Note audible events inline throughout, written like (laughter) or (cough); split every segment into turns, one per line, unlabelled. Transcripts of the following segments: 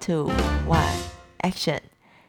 two one action！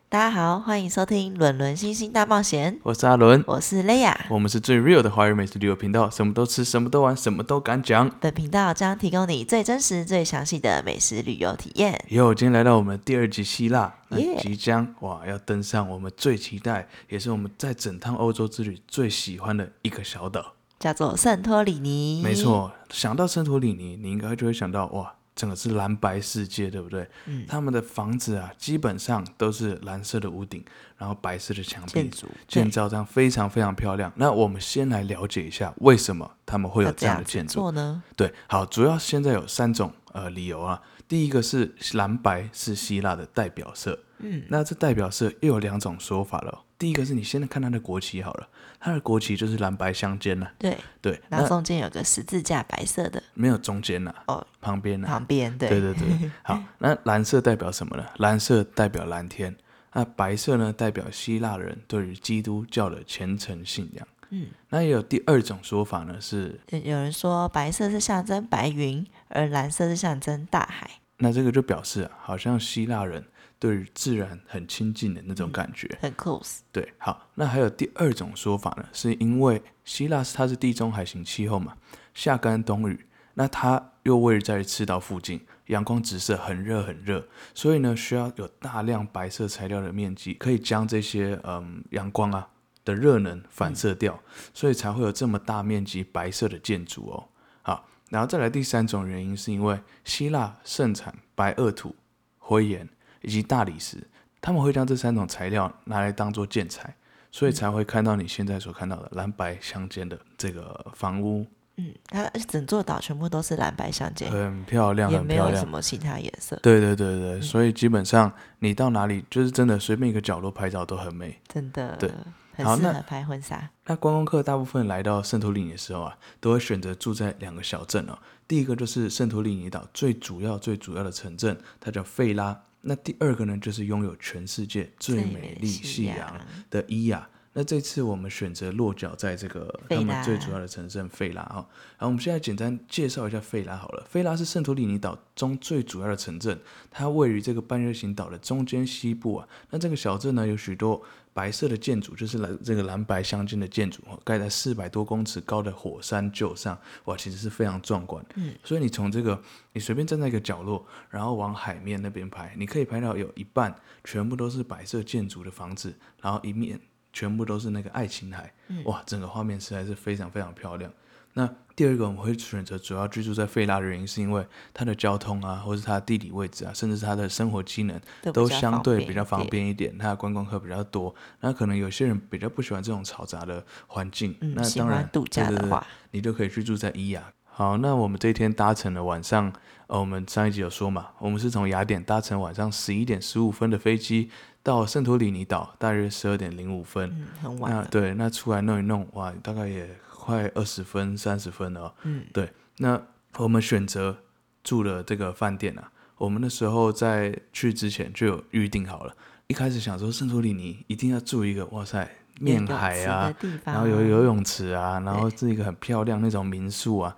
大家好，欢迎收听《伦伦星星大冒险》，
我是阿伦，
我是雷亚。
我们是最 real 的华语美食旅游频道，什么都吃，什么都玩，什么都敢讲。
本频道将提供你最真实、最详细的美食旅游体验。
哟，今天来到我们的第二集希腊，那
Yeah
即将哇要登上我们最期待，也是我们在整趟欧洲之旅最喜欢的一个小岛。
叫做圣托里尼。
没，错，想到圣托里尼，你应该就会想到哇，整个是蓝白世界，对不对？嗯、他们的房子啊，基本上都是蓝色的屋顶，然后白色的墙
建
壁，
筑
建造这样非常非常漂亮。那我们先来了解一下为什么他们会
对
有
要这
这样
样
的
子
建筑。
做呢？
对，好，主要现在有三种呃理由啊。第一个是蓝白是希腊的代表色，嗯，那这代表色又有两种说法了哦。第一个是你先看它的国旗好了，它的国旗就是蓝白相间了、
对，
对，
然后
那
中间有个十字架，白色的
没有中间呐、
哦，
旁边呐、
旁边，对
对对对， (laughs) 好，那蓝色代表什么呢？蓝色代表蓝天，那白色呢代表希腊人对于基督教的虔诚信仰。嗯，那也有第二种说法呢，是
有有人说白色是象征白云，而蓝色是象征大海，
那这个就表示、啊、好像希腊人对于自然很亲近的那种感觉。
很 close。
对，好，那还有第二种说法呢，是因为希腊它是地中海型气候嘛，夏干冬雨，那它又位于在赤道附近，阳光直射，很热很热，所以呢，需要有大量白色材料的面积，可以将这些嗯阳光啊的热能反射掉，所以才会有这么大面积白色的建筑哦。好，然后再来第三种原因，是因为希腊盛产白垩土、灰岩以及大理石，他们会将这三种材料拿来当做建材，所以
嗯
才会看到你现在所看到的蓝白相间的这个房屋，
嗯，它整座岛全部都是蓝白相间，
很漂亮，
嗯也
很
没
漂
有什
亮。
么嗯其他颜色，
对对对对，所以基本上你到哪里，就是真的随便一个角落拍照都很美。
真的，
对
很
好
适
那
合拍婚纱。
那观光客大部分来到圣托里尼的时候啊，都会选择住在两个小镇哦。第一个就是圣托里尼岛最主要、最主要的城镇，它叫费拉。那第二个呢，就是拥有全世界最美丽夕阳的伊亚。那这次我们选择落脚在这个
费
他
拉
们最主要的城镇费拉哈、哦。好，我们现在简单介绍一下费拉好了。费拉是圣托里尼岛中最主要的城镇，它位于这个半月形岛的中间西部啊。那这个小镇呢，有许多白色的建筑，就是蓝这个蓝白相间的建筑哦，盖在四百多公尺高的火山丘上，哇，其实是非常壮观。嗯，所以你从这个你随便站在一个角落，然后往海面那边拍，你可以拍到有一半全部都是白色建筑的房子，然后一面全部都是那个爱琴海，
嗯
哇，整个画面实在是非常非常漂亮。那第二个我们会选择主要居住在费拉的原因，是因为它的交通啊，或是它的地理位置啊，甚至是它的生活机能
都比
都
较
相
方
对
便
比
一
较方
点
便一点，它的观光客比较多。那可能有些人比较不喜欢这种嘈杂的环境，
嗯，
那
喜
当然
欢度假
对对
的
对
话，
你就可以去住在伊雅。好，那我们这一天搭乘了晚上，呃，我们上一集有说嘛，我们是从雅典搭乘晚上十一点十五分的飞机到圣托里尼岛，大约十二点零五分。
嗯，很晚
那
了，
对，那出来弄一弄，哇，大概也快二十分、三十分了、哦。嗯，对。那我们选择住了这个饭店啊，我们那时候在去之前就有预定好了。一开始想说圣托里尼一定要住一个，哇塞，面海啊，
有泳池的地方啊，
然后有游泳池啊，然后是一个很漂亮那种民宿啊。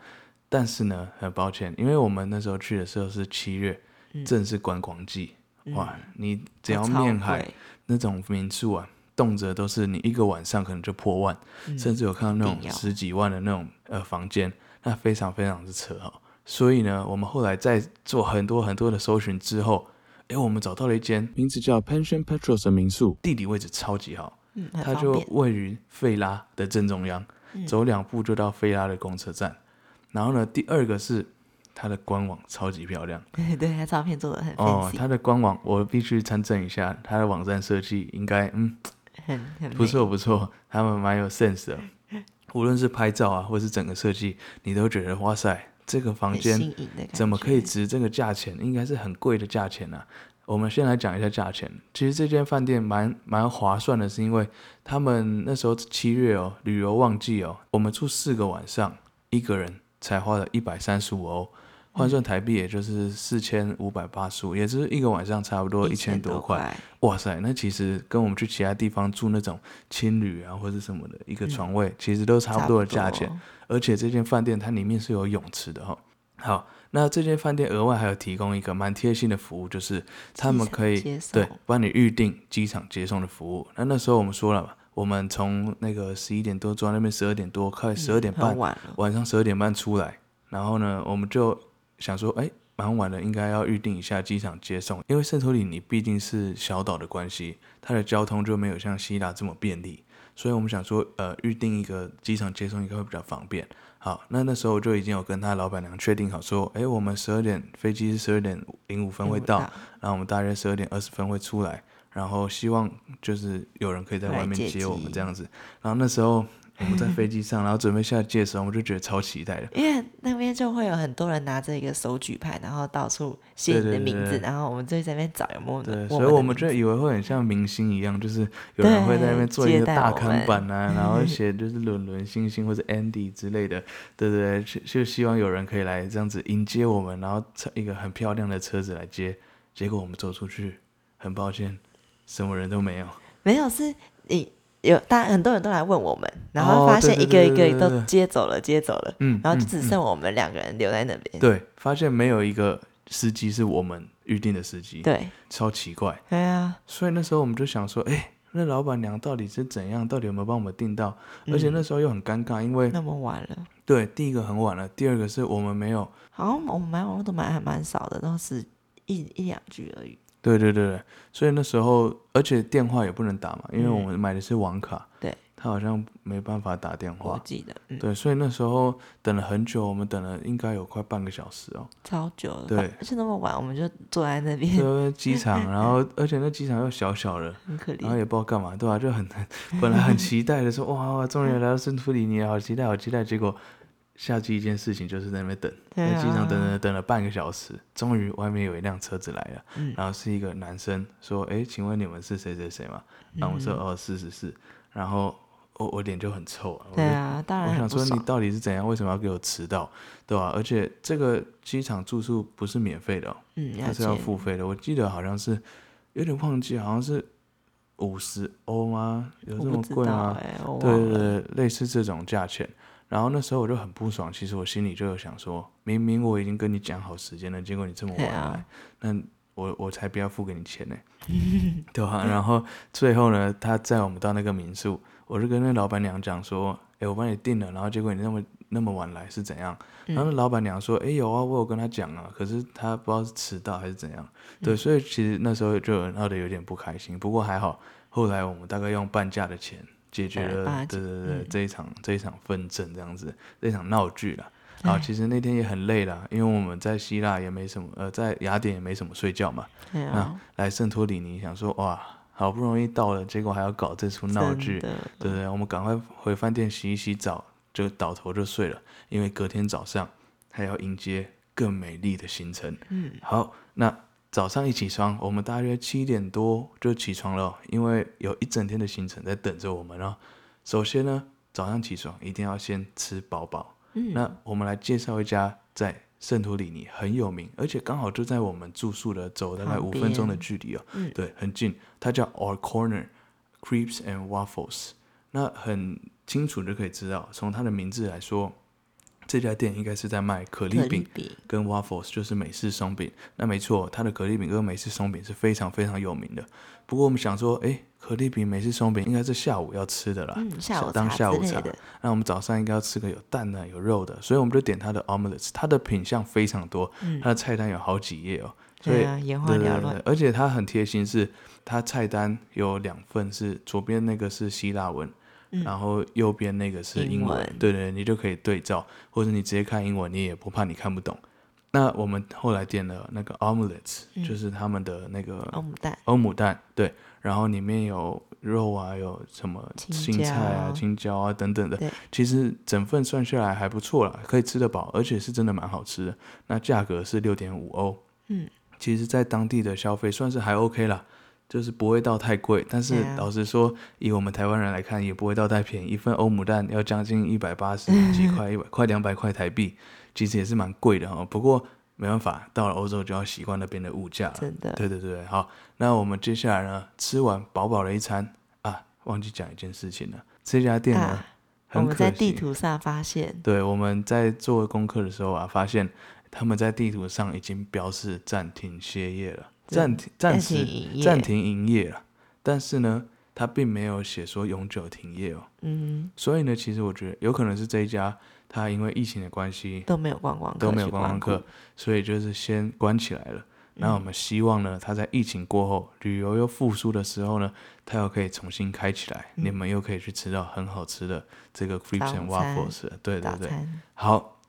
但是呢，很抱歉，因为我们那时候去的时候是七月，正是观光季。哇，你只
哦
要
嗯超
面海
贵
那种民宿啊，动辄都是你一个晚上可能就破万，甚至有看
嗯
到那
一定
种
要
十几万的那种呃房间，那非常非常之扯哦。所以呢，我们后来在做很多很多的搜寻之后，诶，我们找到了一间名字叫 Pension Petros 的民宿，地理位置超级好，
嗯，很
它
方
就
便，嗯
位于费拉的正中央，走两步就到费拉的公车站。然后呢，第二个是它的官网超级漂亮
对，它照片做的很
哦，
fancy，
它的官网我必须参证一下，它的网站设计应该嗯
很很
不
美，
错不错，他们蛮有 sense 的，无论是拍照啊，或是整个设计，你都觉得哇塞，这个房
很
间
新颖的感觉，
怎么可以值这个价钱？应该是很贵的价钱啊。我们先来讲一下价钱。其实这间饭店蛮蛮划算的，是因为他们那时候七月哦，旅游旺季哦，我们住四个晚上，一个人才花了一百三十五欧，换算台币也就是四千五百八十五，也就是一个晚上差不多一千
1000
多
多
块。
块，
哇塞，那其实跟我们去其他地方住那种青旅啊或者什么的一个床位，其实都差不多的价钱。而且这间饭店它里面是有泳池的哈、哦。好，那这间饭店额外还有提供一个蛮贴心的服务，就是他们可
机场
以
接送
对帮你预定机场接送的服务。那那时候我们说了嘛，我们从那个十一点多坐在那边，十二点多快十二点半、
嗯很晚了，
晚上十二点半出来，然后呢，我们就想说，哎，蛮晚了，应该要预定一下机场接送，因为圣托里尼毕竟是小岛的关系，它的交通就没有像希腊这么便利，所以我们想说，呃，预定一个机场接送应该会比较方便。好，那那时候我就已经有跟他老板娘确定好说，哎，我们十二点飞机是十二点零五嗯分会到，
嗯
然后我们大约十二点二十分会出来，然后希望就是有人可以在外面
来接
接我们
机
这样子。然后那时候我们在飞机 (laughs) 上，然后准备下机的时候，我就觉得超期待的。
因为那边就会有很多人拿着一个手举牌，然后到处写你
对
的
对
名字，
对对
然后我们就在那边找有没有
对，
人
所以我们
的名
就以为会很像明星一样，就是有人会在那
对
边做一个
接待
大
我
看
们
板
(laughs)
啊，然后写就是伦伦、星星或者 Andy 之类的，对对对，就就希望有人可以来这样子迎接我们，然后车一个很漂亮的车子来接。结果我们走出去，很抱歉，什么人都没有。
字没有是你有大很多人都来问我们，然
哦
后发现
对
一
对
个
对
一个
对对
都
对
接走了，接走了，
嗯，
然后就
嗯
只剩我们两个人留在那边。
对，发现没有一个司机是我们预定的司机，
对，
超奇怪。
哎呀，
所以那时候我们就想说，哎、那老板娘到底是怎样？到底有没有帮我们订到？而且那时候又很尴尬，因为
嗯那么晚了，
对第一个很晚了，第二个是我们没有，
好像我们买网络都买还蛮少的，都是一一两句而已。
对对对对，所以那时候而且电话也不能打嘛，因为
嗯
我们买的是网卡，
对，
他好像没办法打电
我
话。
记得，嗯，
对，所以那时候等了很久，我们等了应该有快半个小时
(laughs)
哦，
超久了，
对
而且那么晚，我们就坐在那边，
在机场，然后而且那机场又小小的，
很可
然后
怜。
也不知道干嘛，对吧、就很
(laughs)
本来很期待的说，哇，终于来到圣托里尼了，好期待，好期待。结果下机一件事情就是在那边等，
对
在机场等
啊
等等了半个小时，终于外面有一辆车子来了，
嗯
然后是一个男生说，哎，请问你们是谁谁谁吗？然后我说，
嗯
哦，是是是。然后我我脸就很臭啊，我就
对啊，当然
我
很
想
不
说你
爽。
到底是怎样，为什么要给我迟到，对吧、而且这个机场住宿不是免费的、哦，
嗯，
它
了
是
解。
要付费的。我记得好像是有点忘记，好像是五十欧吗？有
我
这么
不知
贵
道
吗？
哎、我
对
忘
对
了。
对，类似这种价钱。然后那时候我就很不爽，其实我心里就有想说，明明我已经跟你讲好时间了，结果你这么晚
对
来，
啊
那我我才不要付给你 (laughs) 钱呢，对吧、然后最后呢，他载我们到那个民宿，我就跟那老板娘讲说，哎，我帮你订了，然后结果你那么那么晚来是怎样？然后那老板娘说，哎，有啊，我有跟他讲啊，可是他不知道是迟到还是怎样，对，所以其实那时候就闹得有点不开心，不过还好，后来我们大概用半价的钱解决
对
了，
半价
对对对，这一场这一场纷争这样子，这一场闹剧啦。啊，其实那天也很累啦，因为我们在希腊也没什么，呃，在雅典也没什么睡觉嘛，
对啊，
来圣托里尼，想说哇，好不容易到了，结果还要搞这出闹
真
剧，
的
对不对？我们赶快回饭店洗一洗澡，就倒头就睡了，因为隔天早上还要迎接更美丽的行程。嗯，好，那早上一起床，我们大约七点多就起床了哦，因为有一整天的行程在等着我们哦。首先呢，早上起床一定要先吃饱饱。嗯，那我们来介绍一家在圣托里尼很有名，而且刚好就在我们住宿的走大概
旁
五分钟的
边
距离哦，对，很近。它叫 Our Corner Crepes and Waffles。那很清楚就可以知道，从它的名字来说，这家店应该是在卖可丽
可
饼
丽饼
跟 waffles，就是美式松饼。那没错，它的可丽饼跟美式松饼是非常非常有名的。不过我们想说，诶，可丽饼、美式松饼应该是下午要吃的啦，
嗯下午
啊当
茶
下
之
午
类
茶
的。
那我们早上应该要吃个有蛋的、有肉的，所以我们就点它的 omelets。它的品相非常多，
嗯
它的菜单有好几页哦。所以
对啊眼花
对对
缭
对
乱
对而且它很贴心是，它菜单有两份是左边那个是希腊文。然后右边那个是
嗯英
英文，
文
对对，你就可以对照，或者你直接看英文，你也不怕你看不懂。那我们后来点了那个 omelets，、就是
嗯
他们的那个
欧姆蛋，
欧姆哦蛋，对，然后里面有肉啊，有什么
青
青菜啊、
椒
青椒啊等等的
对，
其实整份算下来还不错啦，可以吃得饱，而且是真的蛮好吃的。那价格是六点五欧，
嗯，
其实，在当地的消费算是还 OK 啦。就是不会到太贵，但是
对啊
老实说，以我们台湾人来看，也不会到太便宜。一份欧姆蛋要将近一百
(laughs)
八十几块，一百快两百块台币，其实也是蛮贵的哈、哦。不过没办法，到了欧洲就要习惯那边的物价了。
真的
对对对，好，那我们接下来呢，吃完饱饱的一餐啊，忘记讲一件事情了，这家店呢、
啊我
很
们
可惜，
在地图上发现，
对我们在做功课的时候啊，发现他们在地图上已经标示暂停歇业了，
对
暂停暂
停
时
营业
暂停营业了。但是呢，它并没有写说永久停业哦。
嗯，
所以呢，其实我觉得有可能是这一家，它因为疫情的关系
都没有观光客，
都没有观光客，，所以就是先关起来了。那
嗯
我们希望呢，它在疫情过后，旅游又复苏的时候呢，它又可以重新开起来，你们又可以去吃到很好吃的这个 Crepes and
嗯早餐
Waffles，了对对
早
对。
餐
好，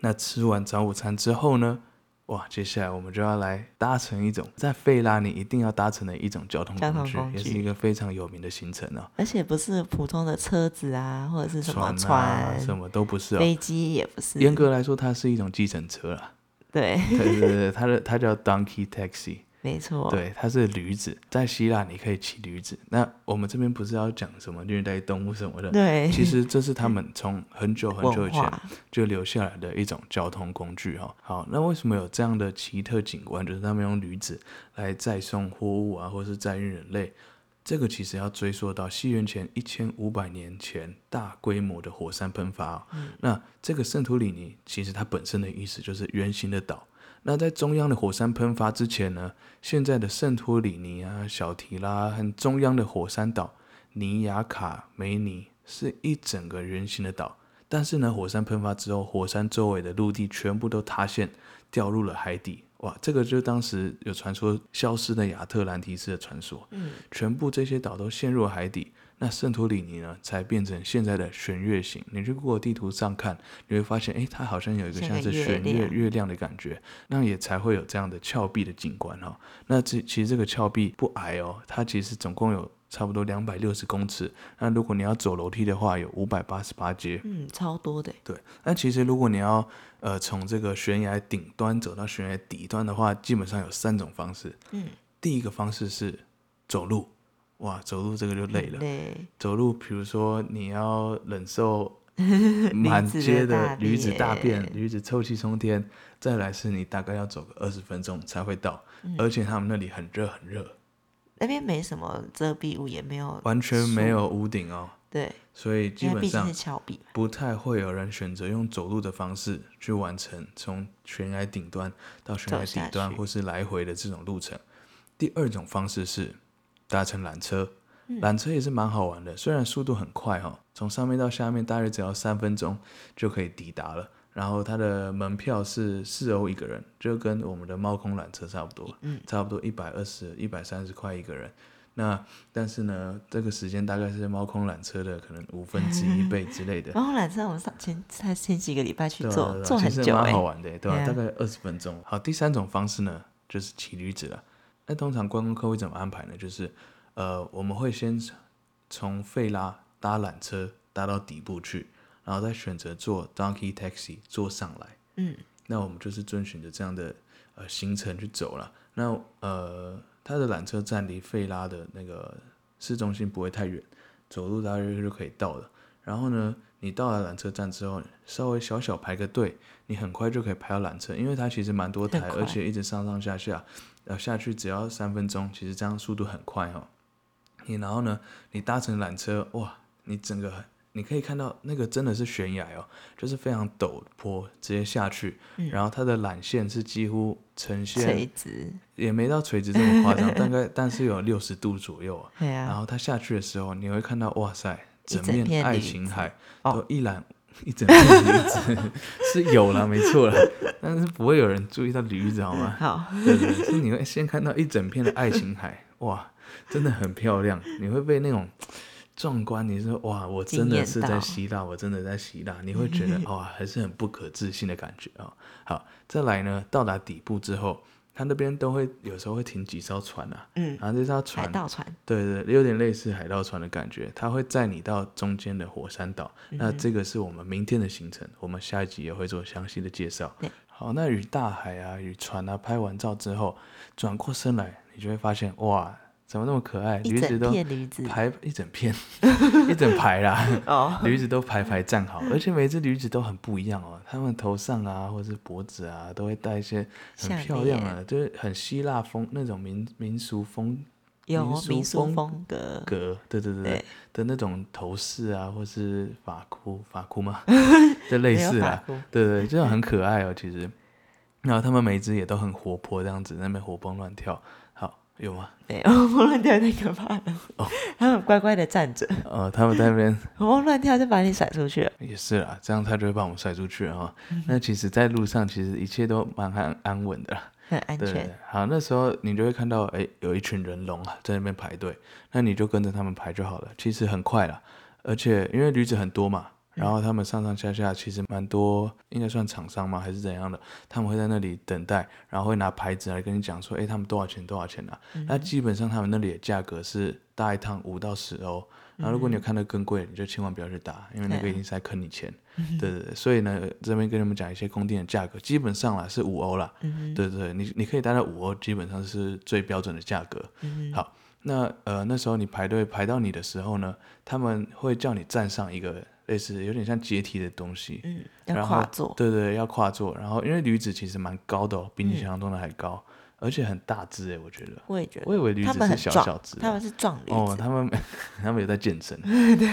那吃完早午餐之后呢？哇，接下来我们就要来搭乘一种在费拉你一定要搭乘的一种交通
交
工
通
具，
工
也是
具
一个非常有名的行程哦。
而且不是普通的车子啊，或者是什么
啊，
船、
什么都不是哦。
飞机也不是，
严格来说，它是一种计程车啊啦。 (laughs)
对，
对对对对，它的它叫 donkey taxi，
没错，
对，它是驴子。在希腊你可以骑驴子。那我们这边不是要讲什么虐待动物什么的，
对，
其实这是他们从很久很久以
文
前
化，
就留下来的一种交通工具哈、好，那为什么有这样的奇特景观？就是他们用驴子来载送货物啊，或是载运人类。这个其实要追溯到西元前一千五百年前大规模的火山喷发、哦。那这个圣图里尼其实它本身的意思就是圆形的岛。那在中央的火山喷发之前呢，现在的圣托里尼啊、小提拉和中央的火山岛尼亚卡梅尼是一整个圆形的岛。但是呢，火山喷发之后，火山周围的陆地全部都塌陷，掉入了海底。哇，这个就当时有传说消失的亚特兰提斯的传说。嗯，全部这些岛都陷入了海底。那圣托里尼呢，才变成现在的弦月形。你去 Google 地图上看，你会发现，诶，它好像有一个
像
像
个
是
月
弦月
亮
月亮的感觉，那也才会有这样的峭壁的景观哦。那这其实这个峭壁不矮哦，它其实总共有差不多两百六十公尺。那如果你要走楼梯的话，有五百八十八阶。
嗯，超多的，
对，那其实如果你要呃从这个悬崖顶端走到悬崖底端的话，基本上有三种方式。
嗯，
第一个方式是走路，哇，走路这个就累了。
对，
走路，比如说你要忍受 (laughs) 满街的驴
驴
子
子
大
大便
便、驴子臭气冲天，再来是你大概要走个二十分钟才会到，而且他们那里很热很热，
那边没什么遮蔽物，也没有，
完全没有屋顶哦，
对，
所以基
因为
本
毕竟
上
是峭壁嘛，
不太会有人选择用走路的方式去完成从悬崖顶端到悬崖
走下
底端
去
或是来回的这种路程。第二种方式是搭乘缆车，
嗯
缆车也是蛮好玩的，虽然速度很快哈、哦，从上面到下面大约只要三分钟就可以抵达了。然后它的门票是四欧一个人，就跟我们的猫空缆车差不多，
嗯
差不多一百二十、一百三十块一个人。那但是呢，这个时间大概是猫空缆车的可能五分
(laughs)
之一倍之类的。
然后缆车我们上前才前几个礼拜去
对啊
坐
对，啊
坐
其
很
实
久
蛮
哎
好，玩的，对吧、
对啊
大概二十分钟。好，第三种方式呢，就是骑驴子了。那通常观光客会怎么安排呢？就是呃，我们会先从费拉搭缆车搭到底部去，然后再选择坐 Donkey Taxi 坐上来。
嗯，
那我们就是遵循着这样的呃行程去走了。那呃，它的缆车站离费拉的那个市中心不会太远，走路大约就可以到了。然后呢，你到了缆车站之后，稍微小小排个队，你很快就可以排到缆车，因为它其实蛮多台，
很快
而且一直上上下下，呃，下去只要三分钟，其实这样速度很快哦。你然后呢，你搭乘缆车，哇，你整个你可以看到那个真的是悬崖哦，就是非常陡坡，直接下去，然后它的缆线是几乎呈
嗯垂
现
直，
也没到垂直这么夸张， (laughs) 大概但是有六十度左右啊。
对啊
然，后它下去的时候，你会看到哇塞，
一整
面
片
爱
梨
琴
子
海
哦
都一览。 (laughs) 一整片驴子 (laughs) 是有了，没错了， (laughs) 但是不会有人注意到驴子好吗？
好，
对对，对，是你会先看到一整片的爱
(laughs)
琴海，哇，真的很漂亮，你会被那种壮观，你说哇，我真的是
惊艳
在
到
希腊，我真的在希腊，你会觉得哇，还是很不可置信的感觉哦。好，再来呢，到达底部之后，它那边都会有时候会停几艘船啊，
嗯，
然后这艘
海
船
盗船，
对对，有点类似海盗船的感觉，它会载你到中间的火山岛。
嗯
那这个是我们明天的行程，我们下一集也会做详细的介绍
对。
好，那与大海啊、与船啊拍完照之后，转过身来，你就会发现，哇，怎么那么可爱？
一
驴子
整
都
片驴子，
排一整片， (laughs) 一整排啦。
哦，
驴子都排排站好，而且每只驴子都很不一样哦。它们头上啊，或是脖子啊，都会戴一些很
项
漂亮的，就是很希腊风那种民民俗风
有
民
民
俗
俗
风
风格，
格，对对对对
对
的那种头饰啊，或
(laughs)
是发箍，发箍吗？就类
没有
似
发
啦
箍，
对对，这种很可爱哦，其实。然后他们每只也都很活泼，这样子在那边活蹦乱跳。好，有吗？
对，活蹦乱跳太可怕了。
哦
他们乖乖的站着，
呃，他们在那边
活蹦乱跳就把你甩出去了。
也是啦，这样他就会把我们甩出去哈、那其实，在路上其实一切都蛮安安稳的啦。
很安
对
全，，
好，那时候你就会看到，哎，有一群人龙啊，在那边排队，那你就跟着他们排就好了。其实很快啦，而且因为驴子很多嘛，然后他们上上下下其实蛮多，应该算厂商嘛，还是怎样的，他们会在那里等待，然后会拿牌子来跟你讲说，哎，他们多少钱多少钱啊？那基本上他们那里的价格是搭一趟五到十欧。然后如果你有看到更贵的，你就千万不要去搭，因为那个一定是在坑你钱。 (laughs) 对对对，所以呢，这边跟你们讲一些公定的价格，基本上啦是五欧啦。对对，你你可以达到五欧，基本上是最标准的价格。好，那呃那时候你排队排到你的时候呢，他们会叫你站上一个类似有点像阶梯的东西，
嗯，
然
要
后
跨坐，
对对，要跨坐。然后因为驴子其实蛮高的哦，比你
嗯
想象中的还高，而且很大只欸诶，我觉得。
我也觉得
我以为驴
他
子
们
是
很
小
壮
小只的，
他们是壮驴
哦，
子，
他们 (laughs) 他们有在
(laughs)
健身，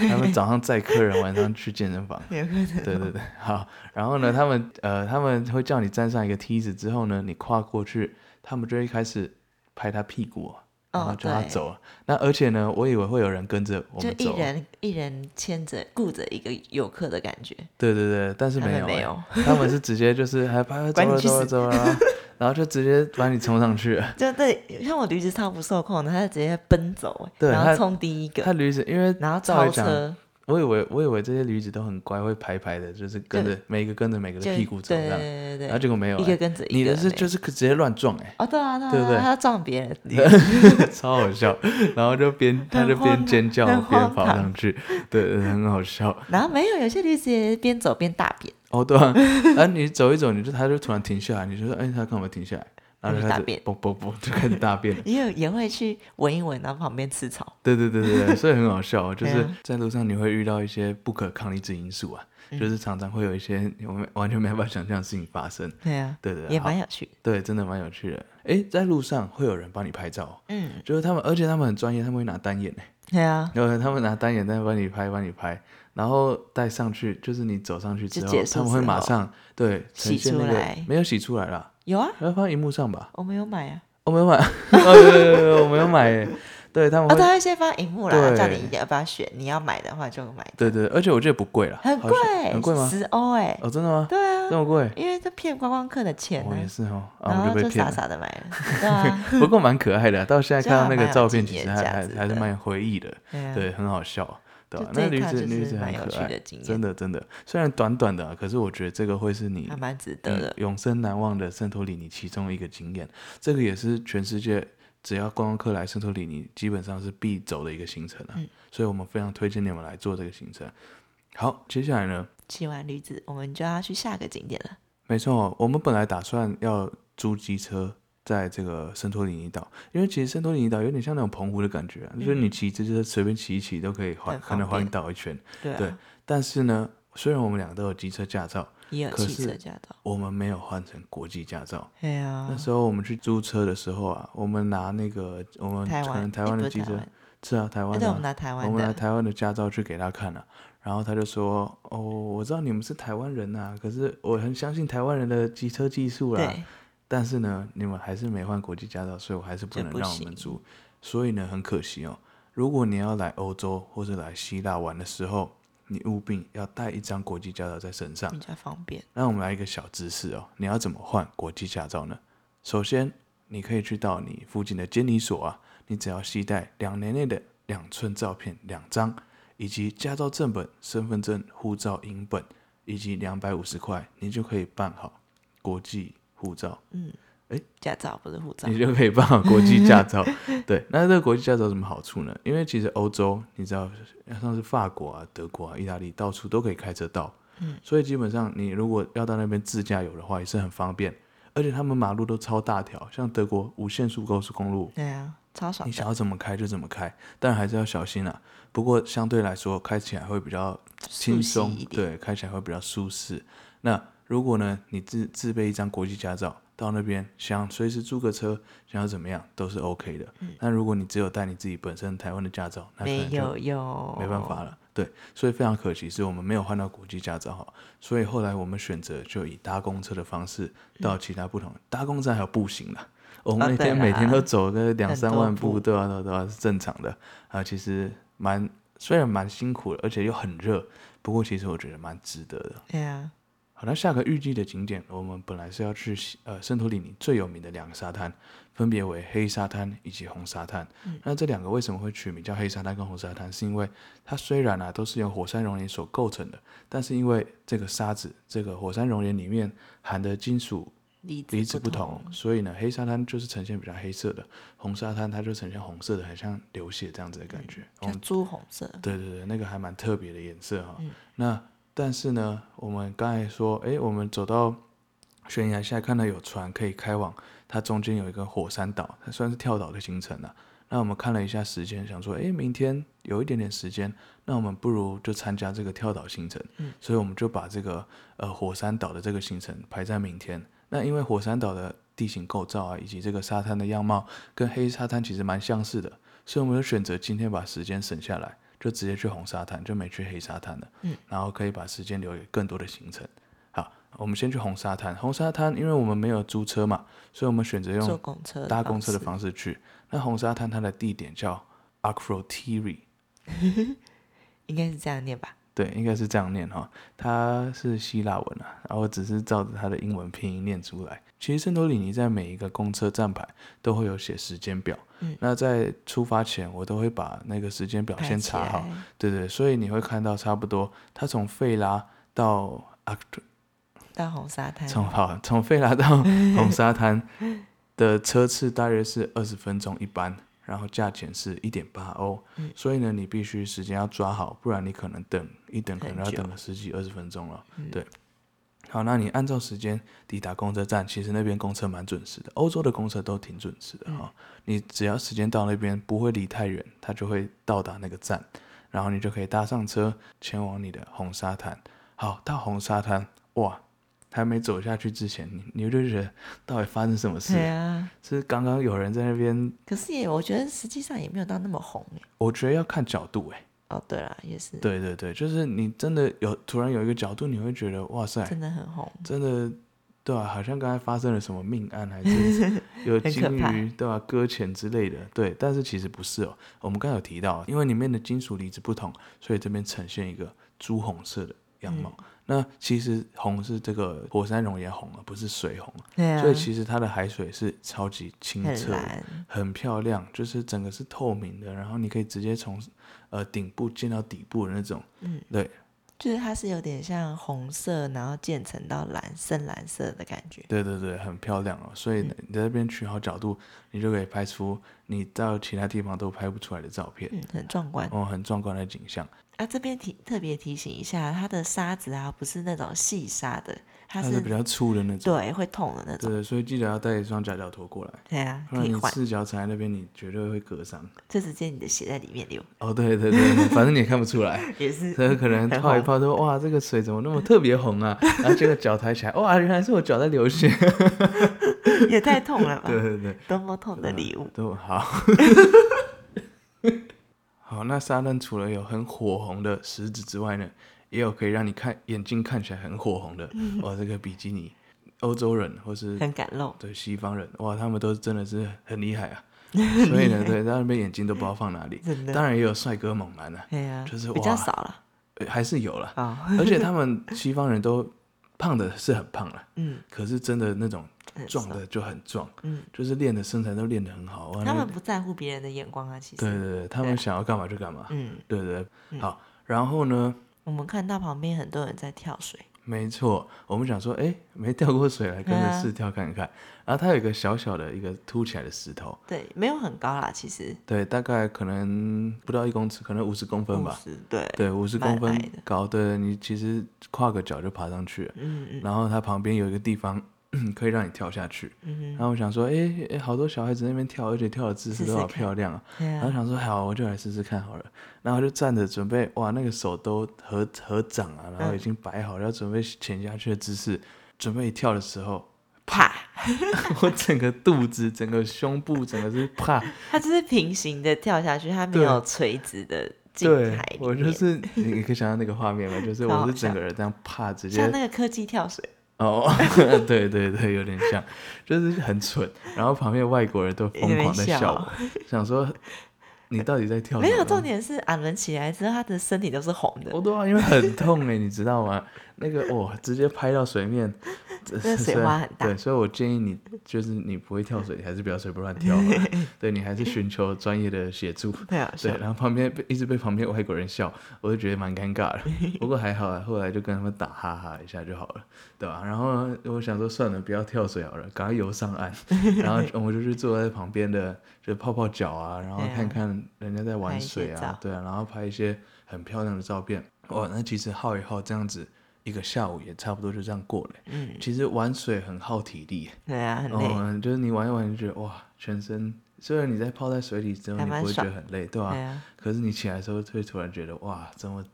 他们早上载客人，晚上去健身房。
有可能哦
对对对，好。然后呢，他们呃他们会叫你站上一个梯子之后呢，你跨过去，他们就会开始拍他屁股，然后
哦，
叫他
对，
走。那而且呢，我以为会有人跟着我
就
们走哦
一，人一人牵着顾着一个游客的感觉，
对对对，但是
他
没
们
有、
没
欸
有，
(laughs) 他们是直接就是还拍走
管你
了
去
走了
死
走了，然
(laughs)
后然后就直接把你冲上去了。
就对，像我驴子超不受控的，它就直接奔走，
对
然
它
后冲第一个，
他驴子因为
然后
照
超
理讲，
车，
我以为我以为这些驴子都很乖，会排排的，就是跟着每一个跟着每个
就
的屁股走这
对
样。
对对
然后
对
结果没有、
对，一个
欸
跟着一个，
你的是就是是直接乱撞
(laughs)
哎、
哦，对啊对啊
对
对
不对
啊，它撞别人，
超好笑，然后就边他
很
就边
荒
尖叫
很
边
荒
跑
唐
上去，对，很好笑。
然后没有，有些驴子也边走边大便，
哦，对
(laughs)
啊，然后你走一走，你就他就突然停下来，你就说，哎，他干嘛停下来？然后就
开始
开
大
始
便
嘣嘣嘣就开始大便了。
也有也会去闻一闻，然后旁边吃草，
对对对对对，所以很好笑，哦就
对
是
啊
在路上你会遇到一些不可抗力之因素啊，
嗯
就是常常会有一些 (laughs) 我们完全没办法想象的事情发生。
对啊，
对对对，
也
好
蛮有趣的，
对，真的蛮有趣的。哎，在路上会有人帮你拍照，
嗯，
就是他们，而且他们很专业，他们会拿单眼欸
对啊，
然后他们拿单眼在帮你拍，帮你拍，然后带上去，就是你走上去之
就
后
结，束
他们会
之
马
后
上对呈
洗
现
出
那个
来
没有洗出来啦，
有啊，
要放在荧幕上吧？
我没有买啊，
我没
(laughs)
有买， (laughs) 哦，对对对对，我没有买耶，对他们
哦，
会，
他会先放荧幕啦，
对
叫你一定要不要选，你要买的话就买，
对对，而且我觉得不贵啦，
很
好
贵
像，很贵吗？
十欧哎，
哦，真的吗？
对啊，
这么贵？
因为这骗观光客的钱
我
呢
也，是哦，啊，
然
我就
后
被
就
骗
傻
了。
傻的买
(laughs)
了，对啊，
不过蛮可爱的啊，到现在
就
看到
还
那个
蛮有
照片，
纪
其实
念
还
价
还
值
还是
的
蛮有回忆的。
对啊，
对，很好笑，对
就
吧、
这
那
一
驴
趟
子
就
驴
是
子很
蛮有
可
趣
爱
的经验
真的真的。虽然短短的啊、可是我觉得这个会是你
还蛮值得
嗯
的。
永生难忘的圣托里尼其中一个经验。这个也是全世界只要观光客来圣托里尼，基本上是必走的一个行程啊。
嗯
所以我们非常推荐你们来做这个行程。好，接下来呢，
骑完驴子，我们就要去下个景点了。
没错，我们本来打算要租机车。在这个圣托里尼岛，因为其实圣托里尼岛有点像那种澎湖的感觉、啊，就是你骑这车随便骑一骑都可以环，
嗯很
可能
方便
环岛一圈。
对啊，
对但是呢，虽然我们两个都有机车驾照，
也有
可
汽
是
车驾照。
我们没有换成国际驾照。
对啊
那，时候我们去租车的时候啊，我们拿那个我们
台
可
湾
能台
诶
湾
不
的
是
机
台
车
湾
是啊，台湾
哎
的
对，我
啊、
们拿台
我
湾
们拿
的，
台湾的驾照去给他看了、然后他就说：“哦，我知道你们是台湾人呐、可是我很相信台湾人的机车技术啦。
对，
但是呢，你们还是没换国际驾照，所以我还是不
这
能
不
让我们
行
租。所以呢，很可惜哦。如果你要来欧洲或是来希腊玩的时候，你务必要带一张国际驾照在身上。
比较方便。
那我们来一个小知识哦，你要怎么换国际驾照呢？首先，你可以去到你附近的监理所啊，你只要携带两年内的两寸照片两张，以及驾照正本、身份证、护照影本，以及两百五十块，你就可以办好国际护照，
驾照不是护照，
你就可以办好国际驾照。 (laughs) 对，那这个国际驾照有什么好处呢？因为其实欧洲，你知道，像是法国啊、德国啊、意大利，到处都可以开车到。嗯，所以基本上你如果要到那边自驾游的话，也是很方便。而且他们马路都超大条，像德国无限速高速公路，
对啊，超爽
你
的，
想要怎么开就怎么开，但还是要小心啊。不过相对来说，开起来会比较轻
速
松
吸一，点。
对，开起来会比较舒适。那如果呢，你自自备一张国际驾照，到那边想随时租个车，想要怎么样都是 OK 的。那如果你只有带你自己本身台湾的驾照，那
嗯
可
没
能就
有用，
没办法了。对，所以非常可惜是我们没有换到国际驾照哈，所以后来我们选择就以搭公车的方式到其他不同、搭公车还有步行啦。我们那
啊对
天每天都
啦
走个两
很
三
多
万
步
步，对啊对啊对啊，是正常的啊。其实蛮虽然蛮辛苦的，而且又很热，不过其实我觉得蛮值得的。
对啊，
好，那下个预计的景点，我们本来是要去西呃圣托里尼最有名的两个沙滩，分别为黑沙滩以及红沙滩。那这两个为什么会取名叫黑沙滩跟红沙滩？是因为它虽然啊都是由火山熔岩所构成的，但是因为这个沙子，这个火山熔岩里面含的金属
离子
离子不
不
同，所以呢，黑沙滩就是呈现比较黑色的，红沙滩它就呈现红色的，很像流血这样子的感觉。我
像
们
朱红色，
对对对，那个还蛮特别的颜色哈、那但是呢，我们刚才说，诶，我们走到悬崖下，看到有船可以开往，它中间有一个火山岛，它算是跳岛的行程了、那我们看了一下时间，想说，诶，明天有一点点时间，那我们不如就参加这个跳岛行程。嗯、所以我们就把这个呃火山岛的这个行程排在明天。那因为火山岛的地形构造啊，以及这个沙滩的样貌，跟黑沙滩其实蛮相似的，所以我们就选择今天把时间省下来，就直接去红沙滩，就没去黑沙滩了。嗯，然后可以把时间留给更多的行程。好，我们先去红沙滩。红沙滩，因为我们没有租车嘛，所以我们选择
坐
用
公车的
搭
方
公车的
式
方式去。那红沙滩它的地点叫 Akrotiri，
应该是这样念吧？
对，应该是这样念哈、它是希腊文啊，然后我只是照着它的英文拼音念出来。其实圣托里尼在每一个公车站牌都会有写时间表，
嗯
那在出发前我都会把那个时间表
拍
先
起
查好，
来
对对，所以你会看到差不多，它从费拉到阿
到红沙滩，
从好从
(laughs)
费拉到红沙滩的车次大约是二十分钟一班，然后价钱是一点八欧，
嗯
所以呢，你必须时间要抓好，不然你可能等一等可能要
很久嗯
等个十几二十分钟了。对，好，那你按照时间抵达公车站，其实那边公车蛮准时的，欧洲的公车都挺准时
嗯
的哈、你只要时间到那边，不会离太远，它就会到达那个站，然后你就可以搭上车前往你的红沙滩。好，到红沙滩，哇！还没走下去之前，你你就觉得到底发生什么事？
对啊。
是刚刚有人在那边，
可是也，我觉得实际上也没有到那么红哎。
我觉得要看角度哎、
哦，对啦，也是，
对对对，就是你真的有突然有一个角度，你会觉得哇塞，
真的很红。
真的，对啊，好像刚才发生了什么命案，还
(laughs)
是有
很
金
可怕
鱼对吧、啊搁浅之类的，对，但是其实不是哦。我们刚才有提到，因为里面的金属离子不同，所以这边呈现一个朱红色的样貌。
嗯
那其实红是这个火山熔岩红，而啊不是水红，
对啊，
所以其实它的海水是超级清
很
澈的，
蓝，
很漂亮，就是整个是透明的，然后你可以直接从呃顶部见到底部的那种。嗯，对，
就是它是有点像红色，然后渐层到蓝深蓝色的感觉。
对对对，很漂亮哦。所以
嗯
你在这边取好角度，你就可以拍出你到其他地方都拍不出来的照片，
嗯，很壮观
哦，很壮观的景象。
啊！这边提特别提醒一下，它的沙子啊，不是那种细沙的，它
它
是
比较粗的那种，
对会痛的那
对
种。
对，所以记得要带一双夹脚拖过来，
对啊，
不
可
然
以
你
换，
赤脚踩在那边，你绝对会割伤。
就直接你的血在里
(laughs)
面流，
哦，对对对，对反正你也看不出来。
(laughs) 也是
所以可能
很
泡一
红
泡说哇，这个水怎么那么特别红啊？然后结果脚抬起来，哇，原来是我脚在
(laughs)
流血。
啊也太痛了吧？
对对对，啊
多么痛的礼物！
都好。 (laughs) 好，那沙滩除了有很火红的石子之外呢，也有可以让你看眼睛看起来很火红的，
嗯
哇，这个比基尼，欧洲人或是
很感动，
对西方人，哇，他们都真的是很
(laughs)
厉害啊。所以呢，对，在那边眼睛都不知道放哪里
真。的
当然也有帅哥猛男啊，
对呀、啊，
就是
比较
哇
少了
呃还
(laughs)
是有啦。
哦，
而且他们西方人都胖的是很胖了，
嗯，
可是真的那种
很
壮
少
的就很壮，
嗯，
就是练的身材都练得很好。哇那
他们不在乎别人的眼光啊，其实。
对对对，他们想要干嘛就干嘛。
嗯，
对对对，好，然后呢，
我们看到旁边很多人在跳水，
没错，我们想说，哎， (laughs) 没掉过水，来跟
对
着
啊
试跳看看。然后它有一个小小的一个凸起来的石头，
对，没有很高啦，其实
对，大概可能不到一公尺，可能五十公分
五
吧。
十，对，
对，五十
蛮
公分
矮的
高，对你其实跨个脚就爬上去了。
嗯嗯
然后它旁边有一个地方 (clears throat) 可以让你跳下去。
嗯
然后我想说，哎哎，好多小孩子在那边跳，而且跳的姿势
试
都
试
好
看
漂亮啊。
哼，对
然后
啊，
想说好，我就来试试看好了。然后就站着准备，哇，那个手都合合掌啊，然
嗯
后已经摆好了要准备潜下去的姿势，准备一跳的时候，
啪，
(laughs) 我整个肚
(laughs)
子、整个胸部、整个是啪，
它就是平行的跳下去，它没
对
有垂直的进
对
海里面，
我就是你你可以想象那个画面吧，就是
好
我
好
是整
笑
个人这样怕直接
像那个科技跳水， (laughs)
哦，对对对，有点像，就是很蠢。然后旁边外国人都疯狂在
有人
笑
笑
我，
(laughs)
想说你到底在跳什
没
么？
有重点是俺们起来之后，他的身体都是红的，
哦，对啊，因为很痛哎，你知道吗？ (laughs) 那个哇、直接拍到水面，这
那水
虽然
花很大
对，所以我建议你，就是你不会跳水，你还是不要随便乱跳
(laughs)
吧。对你还是寻求专业的协助。
太好笑
对，。然后旁边被一直被旁边外国人笑，我就觉得蛮尴
(laughs)
尬的。不过还好啊，后来就跟他们打哈哈一下就好了，对吧、然后我想说算了，不要跳水好了，赶快游上
(laughs)
岸。然后我就去坐在旁边的，就泡泡脚啊，然后
对啊
看看人家在
拍
玩
一些
水啊
照，
对啊，然后拍一些很漂亮的照片。哇，那其实耗一耗这样子，一个下午也差不多就这样过了。
嗯，
其实玩水很耗体力耶。
对啊，很累，
哦，就是你玩一玩就觉得哇，全身虽然你在泡在水里之后
还
你
蛮
不会觉
爽
得很累，对吧、
对啊，
可是你起来的时候会突然觉得哇，怎么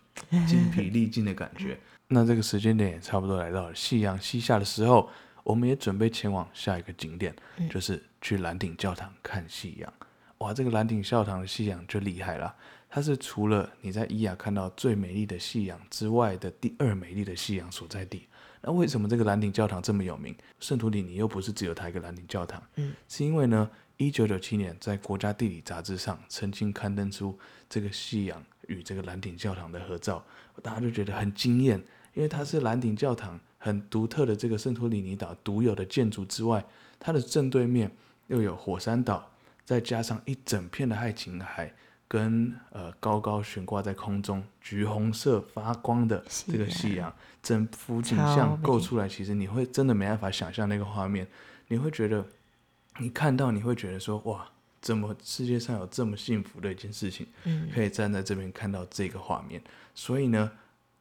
筋疲力尽的感觉。那这个时间点也差不多来到了夕阳西下的时候，我们也准备前往下一个景点，就是去蓝顶教堂看夕阳。哇，这个蓝顶教堂的夕阳就厉害了，它是除了你在伊雅看到最美丽的夕阳之外的第二美丽的夕阳所在地。那为什么这个蓝顶教堂这么有名？圣徒里尼又不是只有它一个蓝顶教堂，
嗯，
是因为呢，一九九七年在《国家地理》杂志上曾经刊登出这个夕阳与这个蓝顶教堂的合照，大家就觉得很惊艳，因为它是蓝顶教堂很独特的这个圣托里尼岛独有的建筑之外，它的正对面又有火山岛，再加上一整片的爱琴海。跟呃高高悬挂在空中橘红色发光的这个
夕
夕阳，整幅景
超
象
美
构出来，其实你会真的没办法想象那个画面，你会觉得你看到你会觉得说哇，怎么世界上有这么幸福的一件事情，
嗯
可以站在这边看到这个画面。所以呢，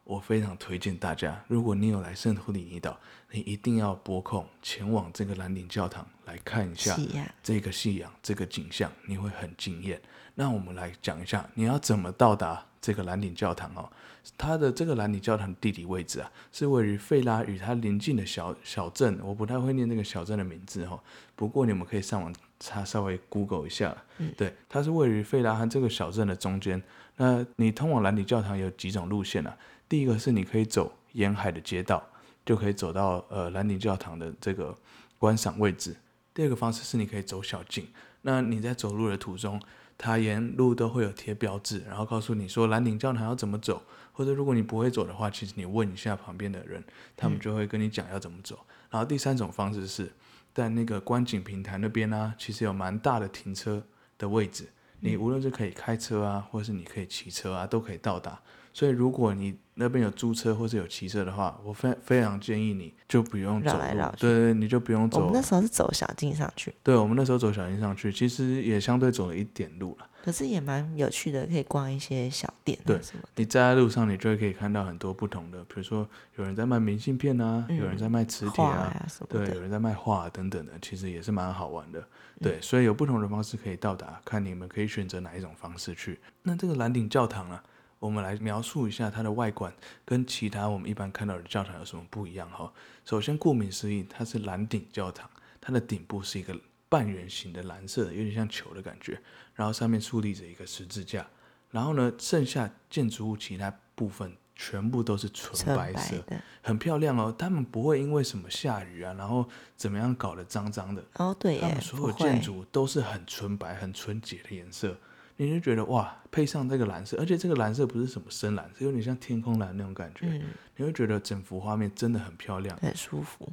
我非常推荐大家，如果你有来圣托里尼岛，你一定要拨空前往这个蓝顶教堂来看一下
夕阳
这个夕阳、这个景象，你会很惊艳。那我们来讲一下，你要怎么到达这个蓝顶教堂哦？它的这个蓝顶教堂地理位置啊，是位于费拉与它邻近的小小镇，我不太会念那个小镇的名字哦。不过你们可以上网查稍微 Google 一下，
嗯
对，它是位于费拉和这个小镇的中间。那你通往蓝底教堂有几种路线啊？第一个是你可以走沿海的街道，就可以走到呃蓝底教堂的这个观赏位置。第二个方式是你可以走小径，那你在走路的途中，它沿路都会有贴标志，然后告诉你说蓝顶教堂要怎么走，或者如果你不会走的话，其实你问一下旁边的人，他们就会跟你讲要怎么走。然后第三种方式是在那个观景平台那边呢、其实有蛮大的停车的位置，你无论是可以开车啊，或是你可以骑车啊，都可以到达。所以如果你那边有租车或是有骑车的话，我非非常建议你就不用
绕
走
来
路
绕，去
对对，你就不用
我
走
们那时候是走小径上去，
对，我们那时候走小径上去，其实也相对走了一点路了。
可是也蛮有趣的，可以逛一些小店啊
对
什么的。
你在路上，你就会可以看到很多不同的，比如说有人在卖明信片啊，有人在卖磁
嗯
铁
画
啊，
呀什么
对，
的，
有人在卖画、等等的，其实也是蛮好玩的。对，
嗯
所以有不同的方式可以到达，看你们可以选择哪一种方式去。那这个蓝顶教堂啊，我们来描述一下它的外观跟其他我们一般看到的教堂有什么不一样哈、首先，顾名思义，它是蓝顶教堂，它的顶部是一个半圆形的蓝色的，有点像球的感觉，然后上面矗立着一个十字架，然后呢，剩下建筑物其他部分全部都是纯
纯
白
白
色，
的。
很漂亮哦。他们不会因为什么下雨啊，然后怎么样搞得脏脏的，
哦，对
他
耶
们，所有
不
建
会，
筑都是很纯白、很纯洁的颜色，你就觉得哇，配上这个蓝色，而且这个蓝色不是什么深蓝，是有点像天空蓝那种感觉，
嗯，
你会觉得整幅画面真的很漂亮。
很舒服，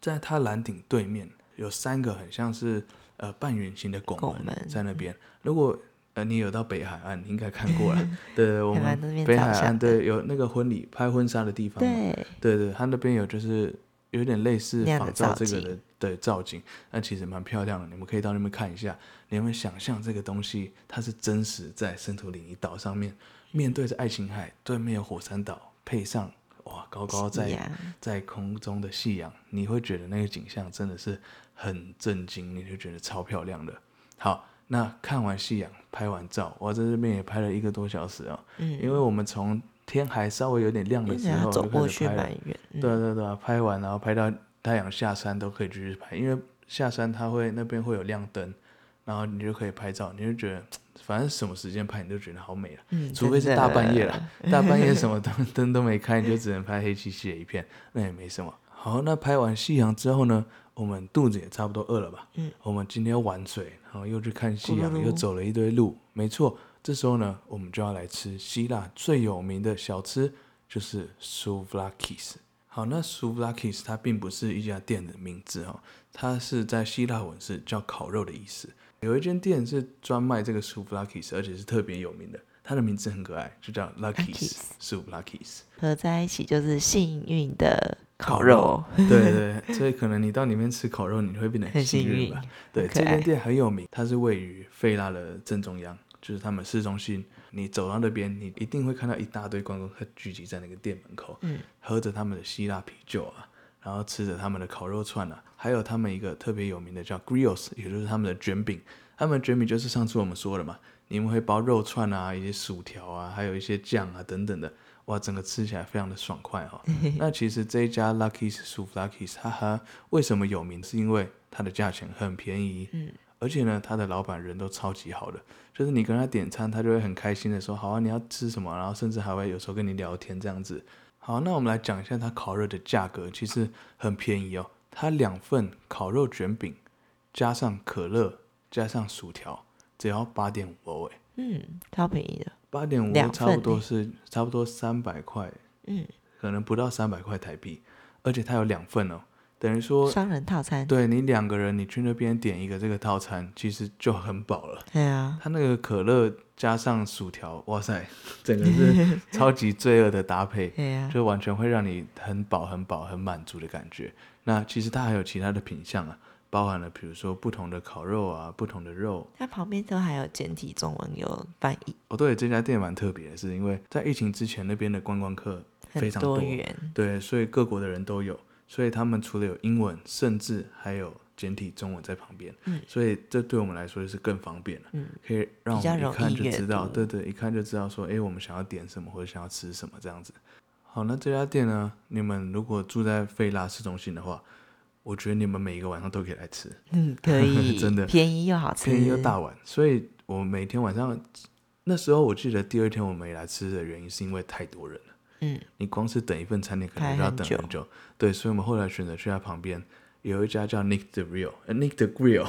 在它蓝顶对面有三个很像是呃半圆形的拱
拱
门
门嗯
在那边。如果呃你有到北海岸，你应该看
(laughs)
过了。对对，我
还
们
蛮那边
北
照
海岸
相的
对有那个婚礼拍婚纱的地方嘛，
对，
对对，它那边有就是有点类似
那样的
仿照
造
这个
景
的对造景，那其实蛮漂亮的，你们可以到那边看一下。你们想象这个东西，它是真实在圣托里尼岛上面，面对着爱琴海，对面有火山岛，配上哇高高在
夕阳
在空中的夕阳，你会觉得那个景象真的是很震惊，你就觉得超漂亮的。好，那看完夕阳，拍完照，我在这边也拍了一个多小时啊、
嗯
因为我们从天还稍微有点亮的
因
时
为要
候就
走
开
过
始
去
拍了
蛮，远，嗯
对啊对啊对啊，拍完然后拍到太阳下山都可以继续拍，因为下山它会那边会有亮灯，然后你就可以拍照，你就觉得反正什么时间拍你都觉得好美了，
嗯，
除非是大半夜
了。
了， (laughs) 大半夜什么灯灯都没开，你就只能拍黑漆漆的一片，那也没什么。好，那拍完夕阳之后呢，我们肚子也差不多饿了吧？嗯，我们今天又玩水，然后又去看夕
咕噜
阳，
噜
又走了一堆路，没错。这时候呢，我们就要来吃希腊最有名的小吃，就是 souvlakis。好，那 souvlakis 它并不是一家店的名字哦，它是在希腊文是叫烤肉的意思。有一间店是专卖这个 souvlakis，而且是特别有名的，它的名字很可爱，就叫 Lucky's souvlakis。
合在一起就是幸运的烤
烤
肉
肉
(laughs) 哦，
对对，对所以可能你到里面吃烤肉，你会变得
很
幸
幸
运
运
吧。对，
很可
这
爱
间店很有名，它是位于费拉的正中央，就是他们市中心。你走到那边，你一定会看到一大堆观光客聚集在那个店门口，嗯，喝着他们的希腊啤酒啊，然后吃着他们的烤肉串啊，还有他们一个特别有名的叫 grills，也就是他们的卷饼。他们卷饼就是上次我们说的嘛，你们会包肉串啊，一些薯条啊，还有一些酱啊等等的，哇，整个吃起来非常的爽快哦。那其实这一家 Lucky's s u f l u c k y s 哈哈，为什么有名？是因为它的价钱很便宜，嗯，而且呢，它的老板人都超级好的，就是你跟他点餐，他就会很开心的说，好啊，你要吃什么？然后甚至还会有时候跟你聊天这样子。好，那我们来讲一下它烤肉的价格，其实很便宜哦，它两份烤肉卷饼加上可乐加上薯条，只要八点五欧诶，
嗯，超便宜的，
八点五
两
差不
份
多是差不多三百块，
嗯，
可能不到三百块台币，而且它有两份哦，等于说
双人套餐，
对你两个人你去那边点一个这个套餐，其实就很饱了。
对啊，
它那个可乐加上薯条，哇塞， (laughs) 整个是超级罪恶的搭配，
对啊，
就完全会让你很饱、很饱、很满足的感觉。那其实它还有其他的品相啊，包含了比如说不同的烤肉啊、不同的肉，
它旁边都还有简体中文有翻译，
哦，对，这家店蛮特别的是，因为在疫情之前那边的观光客非
很
常
多元，
对，所以各国的人都有，所以他们除了有英文，甚至还有简体中文在旁边，
嗯
所以这对我们来说就是更方便了，
嗯
可以让我
比较
们一
容
看
易
就
阅
知道，
读
对对，一看就知道说，诶，我们想要点什么或者想要吃什么这样子。好，那这家店呢，你们如果住在费拉市中心的话，我觉得你们每一个晚上都可以来吃，
嗯，可以，
(laughs) 真的
便宜又好吃，
便宜又大碗，所以我每天晚上，那时候我记得第二天我没来吃的原因是因为太多人了。
嗯，
你光是等一份餐点可
排
能就要
很
等
久
很久，对，所以我们后来选择去它旁边有一家叫 Nick the Real，呃 Nick
(laughs)
the Grill，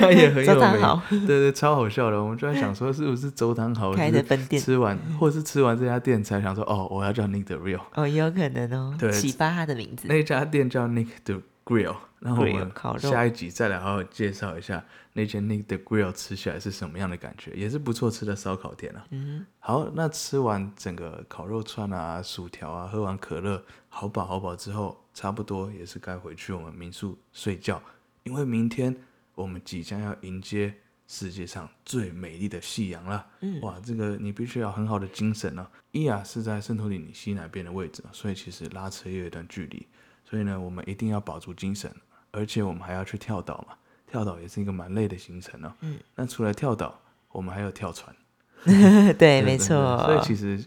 它也很有
周汤豪
名，对对，超好笑的。我们就在想说是不是周汤豪
开
就
的
是
分店，
吃完，或是吃完这家店才想说哦，我要叫 Nick the Real。
哦，也有可能哦
对，
启发它的名字，
那家店叫 Nick the Grill，然后我
Grill，烤
们
肉
下一集再来好好介绍一下那间 Nick the Grill 吃起来是什么样的感觉，也是不错吃的烧烤店啊。
嗯
好，那吃完整个烤肉串啊、薯条啊，喝完可乐，好饱好饱之后，差不多也是该回去我们民宿睡觉，因为明天我们即将要迎接世界上最美丽的夕阳了。
嗯
哇，这个你必须要很好的精神哦。伊雅是在圣托里尼西南边的位置，啊所以其实拉车也有一段距离，所以呢，我们一定要保住精神，而且我们还要去跳岛嘛，跳岛也是一个蛮累的行程哦。
嗯，
那除了跳岛，我们还有跳船。
哼，对，
(laughs) 对
哎没
对对
错，
所以其实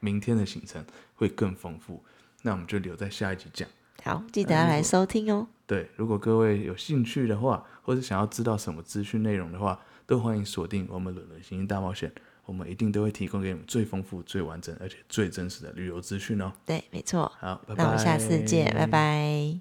明天的行程会更丰富，那我们就留在下一集讲。
好，记得
哎
要来收听哦。
对，如果各位有兴趣的话，或者想要知道什么资讯内容的话，都欢迎锁定我们《伦伦行星大冒险》，我们一定都会提供给你们最丰富、最完整，而且最真实的旅游资讯哦。
对，没错。
好，拜拜。
那我们下次见，拜拜